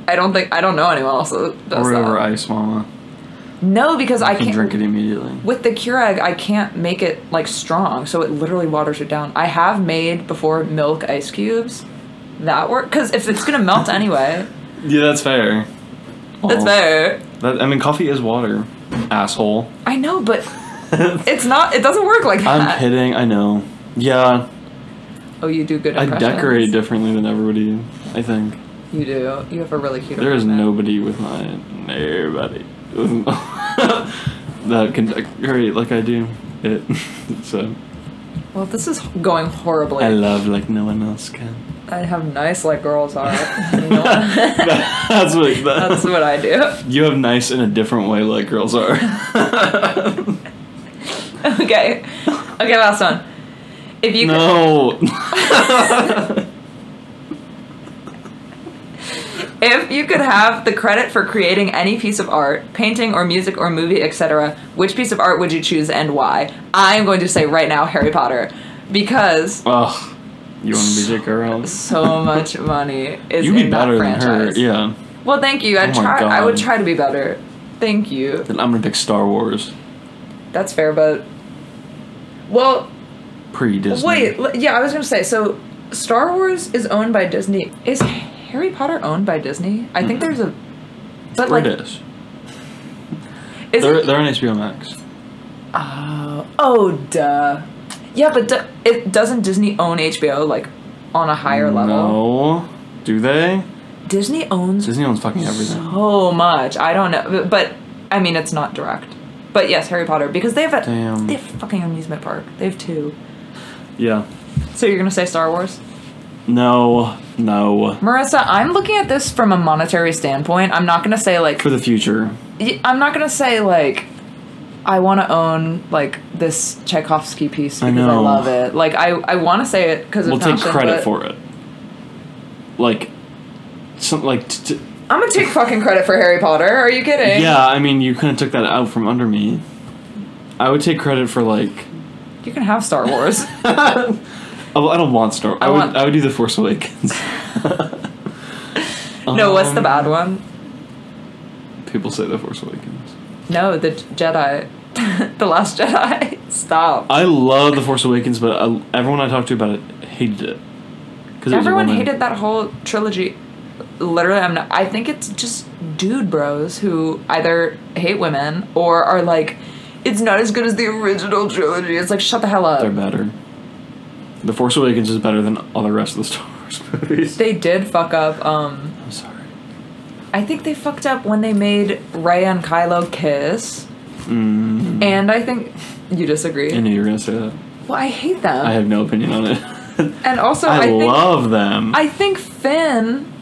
I don't think I don't know anyone else that does or that. over ice, mama. No, because I You can't can drink it immediately. with the Keurig, I can't make it like strong, so it literally waters it down. I have made before milk ice cubes. That work because if it's gonna melt anyway, Yeah, that's fair. that's Well, fair. Oh. That, I mean, coffee is water, asshole. I know, but it's not. It doesn't work like that. I'm kidding. I know. Yeah, Oh, you do good I impressions. decorate differently than everybody. I think You do. You have a really cute. there is apartment. nobody with my nobody that can decorate like I do. It so Well, this is going horribly. I love like no one else can. I have nice like girls are. You know? That's what That's what I do. you have nice in a different way, like girls are. Okay. Okay, last one. If you could, No. If you could have the credit for creating any piece of art, painting or music or movie, etc., which piece of art would you choose and why? I am going to say right now Harry Potter because Ugh. You want to be J.K. Rowling? so much money is You'd be in that better than her. franchise. Yeah. Well, thank you. I Oh my try I would God. try to be better. Thank you. Then I'm gonna pick Star Wars. That's fair, but well, Pre Disney. wait. l- Yeah, I was going to say so Star Wars is owned by Disney. Is Harry Potter owned by Disney? I think there's a but Where like Mm-hmm. it is? is They're it- they're on HBO Max. Oh, duh. Yeah, but d- it doesn't Disney own HBO like on a higher level? No. Do they? Disney owns Disney owns fucking everything. so much. I don't know, but I mean, it's not direct. But yes, Harry Potter because they have a Damn. they have a fucking amusement park. They have two. Yeah. So you're gonna say Star Wars, No. No. Marissa? I'm looking at this from a monetary standpoint. I'm not gonna say like For the future. y- I'm not gonna say like I want to own like this Tchaikovsky piece I because I, know. love it. Like I I want to say it because We'll of take passion, credit but- for it. Like. Some like. T- t- I'm gonna take fucking credit for Harry Potter. Are you kidding? yeah. I mean, you kind of took that out from under me. I would take credit for like. You can have Star Wars. Oh, I don't want Star. I, I would. want- I would do the Force Awakens. no, what's Um, the bad one? People say the Force Awakens. No, the Jedi. the Last Jedi. Stop. I love the Force Awakens, but I, everyone I talked to about it hated it. Because Everyone hated that whole trilogy. Literally, I'm not. I think it's just dude bros who either hate women or are like, it's not as good as the original trilogy. It's like, shut the hell up. They're better. The Force Awakens is better than all the rest of the Star Wars movies. They did fuck up. Um, I'm sorry. I think they fucked up when they made Rey and Kylo kiss. Mm-hmm. And I think you disagree. I knew you were gonna say that. Well, I hate them. I have no opinion on it. and also, I, I, think love them. I think Finn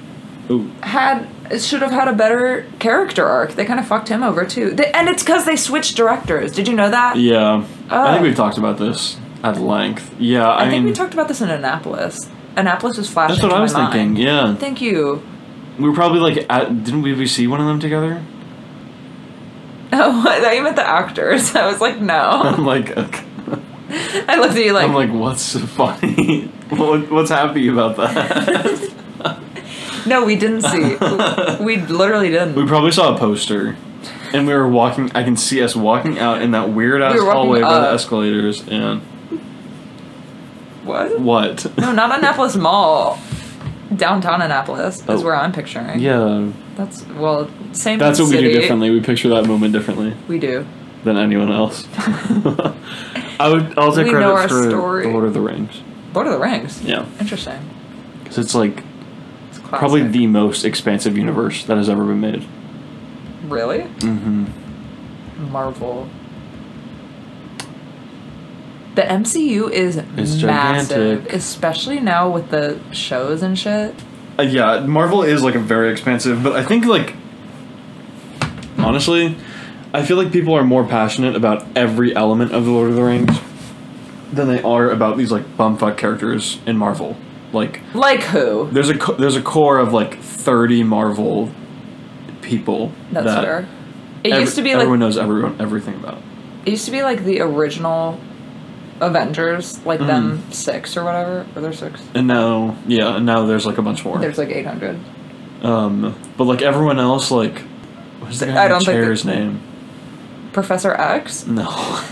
Ooh, had should have had a better character arc. They kind of fucked him over too, they, and it's because they switched directors. Did you know that? yeah, I Oh. think we've talked about this at length. Yeah, I, I, think mean we talked about this in Annapolis. Annapolis was flashing. that's what to I my was thinking. mind. Yeah, Thank you. we were probably like, at, didn't we, we see one of them together? Oh, I thought you meant the actors. I was like, no. I'm like, okay. I looked at you like, I'm like, what's so funny? what, what's happy about that? No, we didn't see. we literally didn't. We probably saw a poster, and we were walking. I can see us walking out in that weird ass We were walking hallway by the up. escalators, and What? what? No, not Annapolis Mall. Downtown Annapolis is Oh. where I'm picturing. yeah, That's well, same. that's what we do city. differently. We picture that moment differently We do. than anyone else. I would. I'll take We credit know our for story. the Lord of the Rings. What are the rings? Yeah, Interesting. because it's like It's probably classic. the most expansive universe that has ever been made. really Mm-hmm. Marvel. The MCU is It's massive, gigantic. especially now with the shows and shit. Uh, yeah, Marvel is like a very expensive, but I think like honestly, I feel like people are more passionate about every element of the Lord of the Rings than they are about these like bumfuck characters in Marvel. Like Like who? there's a co- there's a core of like 30 Marvel people That's that fair. It ev- used to be like everyone knows everyone everything about. it used to be like the original Avengers, like Mm-hmm. them six or whatever. Or there's six. And now, yeah, and now there's like a bunch more. There's like eight hundred. um, but like everyone else, like what's that I guy in don't the think chair's that- name? Professor X, No.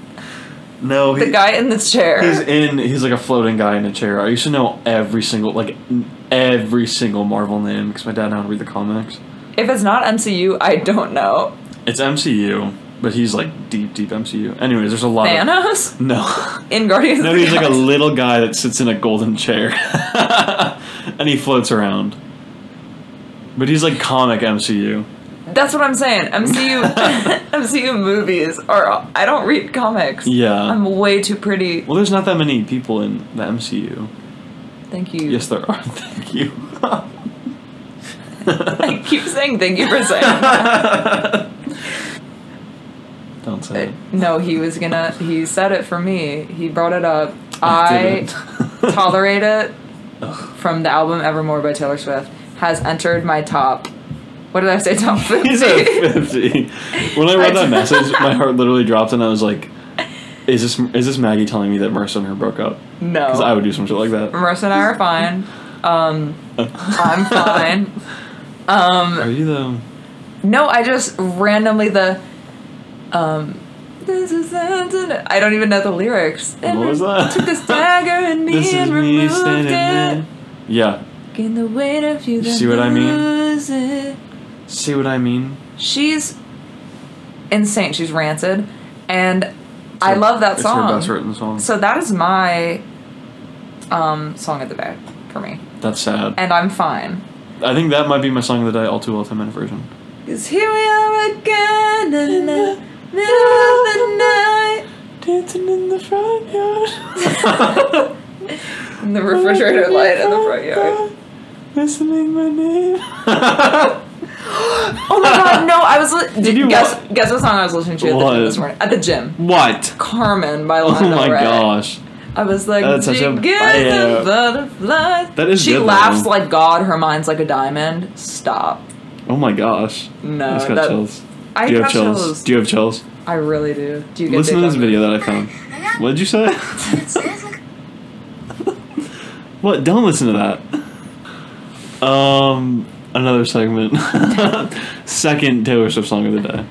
no, he, the guy in the chair. Mm-hmm. he's in. He's like a floating guy in a chair. I used to know every single, like n- every single Marvel name because my dad had to read the comics. if it's not MCU, I don't know. It's MCU, but he's like deep, deep MCU. Anyways, there's a lot. Of, Thanos no, in Guardians. no, of the he's like a Galaxy. little guy that sits in a golden chair, and he floats around. But he's like comic MCU. That's what I'm saying. MCU MCU movies are. I don't read comics. Yeah. I'm way too pretty. Well, there's not that many people in the MCU. Thank you. Yes, there are. Thank you. I keep saying thank you for saying. that. Don't say it. no, he was gonna. He said it for me. He brought it up. I didn't. tolerate it from the album Evermore by Taylor Swift has entered my top. What did I say? Top He's at fifty. 50. When I read that message, my heart literally dropped, and I was like, "Is this is this Maggie telling me that Marissa and her broke up?" no. Because I would do some shit like that. Marissa and I are fine. Um, I'm fine. Are you though? No, I just randomly the um this is I don't even know the lyrics. And What was that? Took this dagger in me This is and me removed standing it. there. Yeah. In the weight of you, see what I mean? mean? See what I mean? She's insane. She's ranted, and I It's- love that it's song. It's her best written song. So that is my um song of the day for me, That's sad. and I'm fine. I think that might be my song of the day, all too well, 10 minute version. Cause here we are again in the middle of the night. Dancing in the front yard. In the refrigerator light in the front yard. Listening my name. Oh my god, no, I was li- did you you guess what? guess what song I was listening to at the What? gym this morning? At the gym. What? Carmen by Oh Lana my Del Rey. gosh. I was like, That's such she a gets bad- the butterflies. That is She good, though. laughs like God, her mind's like a diamond. Stop. Oh my gosh. No, I just got that- chills. I Do you have got chills? chills. Do you have chills? I really do. Do you get Listen to big this on- video that I found. What did you say? What? Don't listen to that. Um, another segment. Second Taylor Swift song of the day.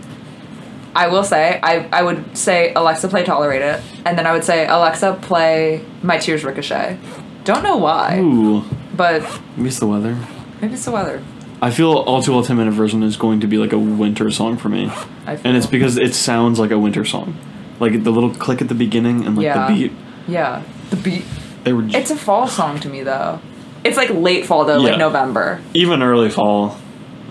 I will say, I, I would say Alexa play Tolerate It, and then I would say Alexa play My Tears Ricochet. Don't know why, Ooh, but maybe it's the weather. maybe it's the weather. I feel all too well 10 minute version is going to be like a winter song for me. I And it's feel. because it sounds like a winter song. Like the little click at the beginning and like Yeah. the beat. Yeah, the beat. They were j- It's a fall song to me though. It's like late fall though, Yeah. like November. even early fall.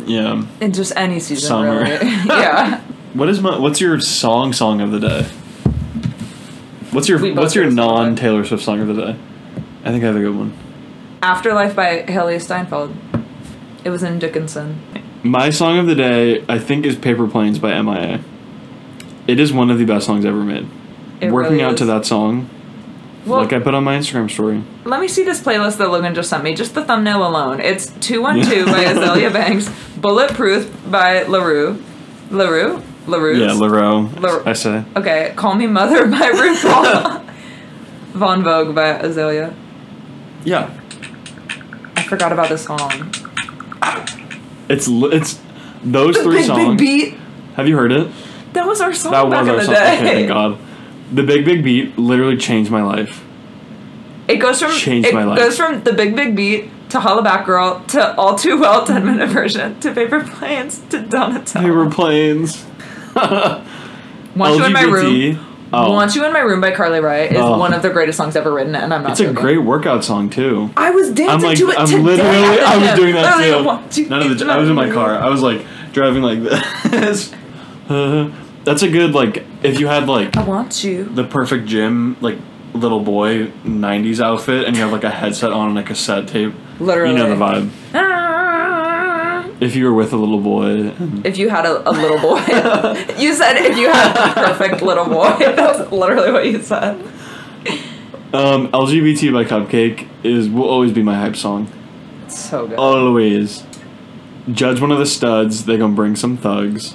Yeah. In just any season Summer. really. yeah. What is my what's your song song of the day? What's your We both what's your chose one. non Taylor Swift song of the day? I think I have a good one. Afterlife by Haley Steinfeld. It was in Dickinson. My song of the day, I think, is Paper Planes by MIA. It is one of the best songs ever made. It Working really out to is. that song, Well, like I put on my Instagram story. let me see this playlist that Logan just sent me. Just the thumbnail alone. It's 212 by Azalea Banks, Bulletproof by LaRue. LaRue? LaRue? Yeah, Laro, Laro- I say. okay, Call Me Mother by RuPaul. Von Vogue by Azalea. Yeah. I forgot about this song. It's li- it's those The three big songs. big beat. Have you heard it? That was our song That back was in our the song. day. Okay, thank God. The Big Big Beat literally changed my life. It goes from Changed it my life. goes from the big big beat to Holla Back Girl to All Too Well Ten Mm-hmm. Minute Version to Paper Planes to Donatello. Paper planes. Want You in My LGBT. Room. Oh. Want You in My Room by Carly Rae is Oh. one of the greatest songs ever written, and I'm not. It's a joking. great workout song too. I was dancing I'm like to it I'm today. literally I was doing that Literally, want too. you None of the I was in my car. I was like driving like this. Uh, That's a good like if you had like I want you. the perfect gym like little boy 90s outfit and you have like a headset on and a cassette tape. Literally. You know the vibe. If you were with a little boy and If you had a, a little boy, you said if you had a perfect little boy. That's literally what you said. Um, LGBT by Cupcake is will always be my hype song. So good. Always. Judge one of the studs, they gonna bring some thugs.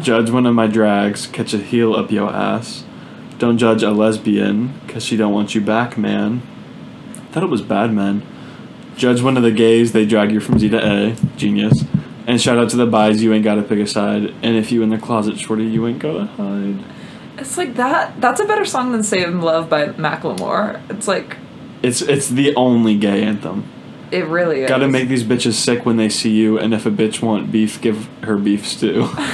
judge one of my drags, catch a heel up your ass. Don't judge a lesbian, cause she don't want you back, man. Thought it was bad, man. Judge one of the gays, they drag you from Z to A. Genius. And shout out to the buys, you ain't gotta pick a side. And if you in the closet, shorty, you ain't gotta hide. It's like that. That's a better song than "Save and Love" by Macklemore. It's like It's it's the only gay anthem. it really is. Gotta make these bitches sick when they see you, and if a bitch want beef, give her beef stew.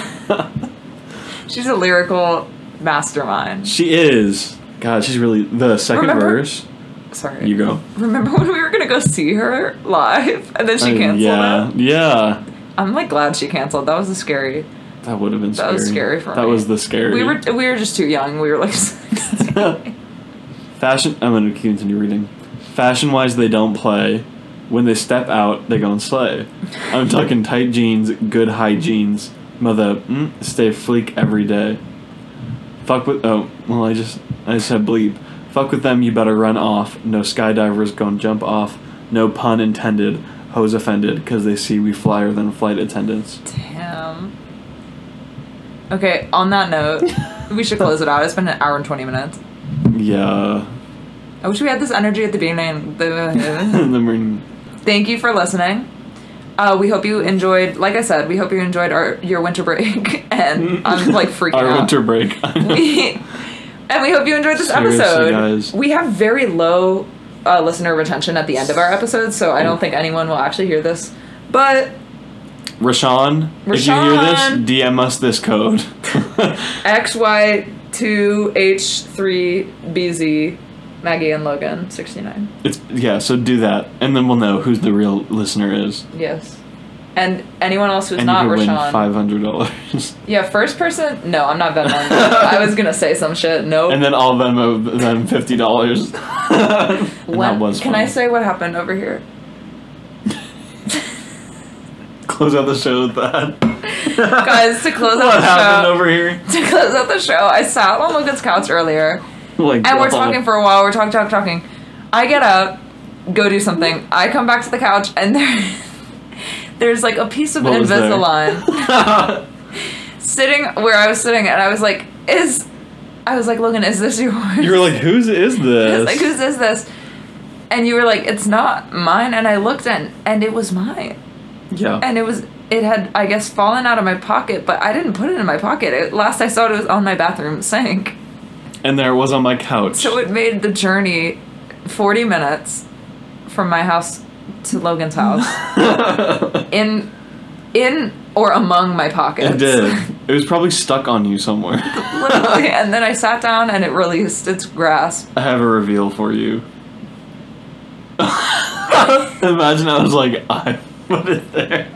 She's a lyrical mastermind. she is. God, she's really the second Remember- verse. Sorry. You go. Remember when we were gonna go see her live and then she Uh, canceled yeah, it? yeah. I'm like glad she canceled. That was a scary. That would have been scary. That was scary for That me. was the scary. We were we were just too young. We were like Fashion. I'm gonna continue reading. Fashion wise, they don't play. When they step out, they gon' slay. I'm talking tight jeans, good high jeans. Mother, mm, stay fleek every day. Fuck with. Oh, well, I just I said bleep. Fuck with them, you better run off. No skydivers gonna jump off. No pun intended. Hoes offended, cause they see we flyer than flight attendants. damn. Okay. On that note, we should close it out. It's been an hour and twenty minutes. Yeah. I wish we had this energy at the beginning. And then we're- Thank you for listening. Uh, we hope you enjoyed. Like I said, we hope you enjoyed our your winter break, and I'm like freaking our out. winter break. and we hope you enjoyed this Seriously, episode. guys. We have very low uh, listener retention at the end of our episodes, so I don't Mm. think anyone will actually hear this. But Rashawn, if you Rashawn. hear this, DM us this code. XY2H3BZ, Maggie and Logan, 69. it's yeah, so do that, and then we'll know who the real listener is, Yes. And anyone else who's and not you can Rashawn. win five hundred dollars, Yeah, first person. No, I'm not Venmo. I was gonna say some shit. No. and then all of them owe them fifty dollars. that was can funny. I say what happened over here? Close out the show with that. Guys, to close out What the happened show. over here? to close out the show, I sat on Logan's couch earlier, Like, and we're God. talking for a while. We're talking, talking, talking. I get up, go do something. I come back to the couch, and there, there's like a piece of What was there? Invisalign sitting where I was sitting, and I was like, "Is," I was like, "Logan, is this yours?" you were like, "Whose is I this?" was like, who says this? And you were like, it's not mine. And I looked and and it was mine. yeah, And it was it had I guess fallen out of my pocket, but I didn't put it in my pocket. It, last I saw it, it was on my bathroom sink. and there it was on my couch. So it made the journey forty minutes from my house to Logan's house in in or among my pockets. it did. It was probably stuck on you somewhere. Literally. and then I sat down and it released its grasp. I have a reveal for you. Imagine I was like, I put it there.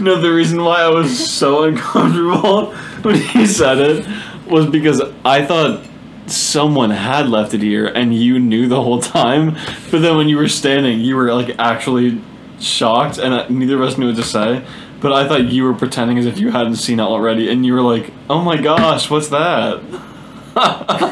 No, the reason why I was so uncomfortable when he said it was because I thought someone had left it here and you knew the whole time. But then when you were standing, you were like actually shocked, and I, neither of us knew what to say. But I thought you were pretending as if you hadn't seen it already, and you were like, oh my gosh, what's that?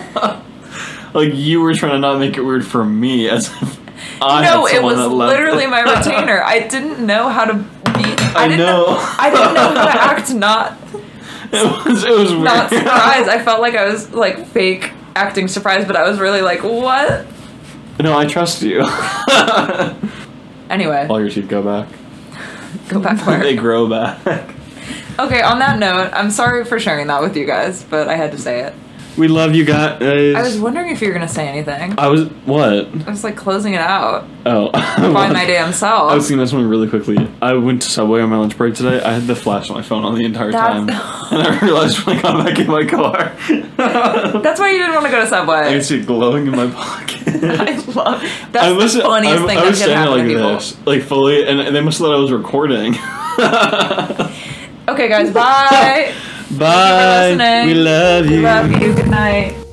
like you were trying to not make it weird for me as if I no, had it someone that was left literally it. my retainer. I didn't know how to be. I, I didn't know. I didn't know how to act not it was it was weird. not surprised. I felt like I was like fake acting surprised, but I was really like, what? no, I trust you. Anyway, All your teeth go back. go back to they work. grow back. Okay, on that note, I'm sorry for sharing that with you guys, but I had to say it. We love you guys. I was wondering if you were gonna say anything. I was what? I was like closing it out Oh, by my damn I was self. thinking this one really quickly. I went to Subway on my lunch break today. I had the flash on my phone on the entire time, That's- and I realized when I got back in my car, That's why you didn't want to go to I Subway. could see it glowing in my pocket. I love. That's I must- the funniest thing I that was could standing happen to like people. this, like fully, and, and they must have thought I was recording. Okay, guys, bye. Bye. listening. we love you. Love you. Good night.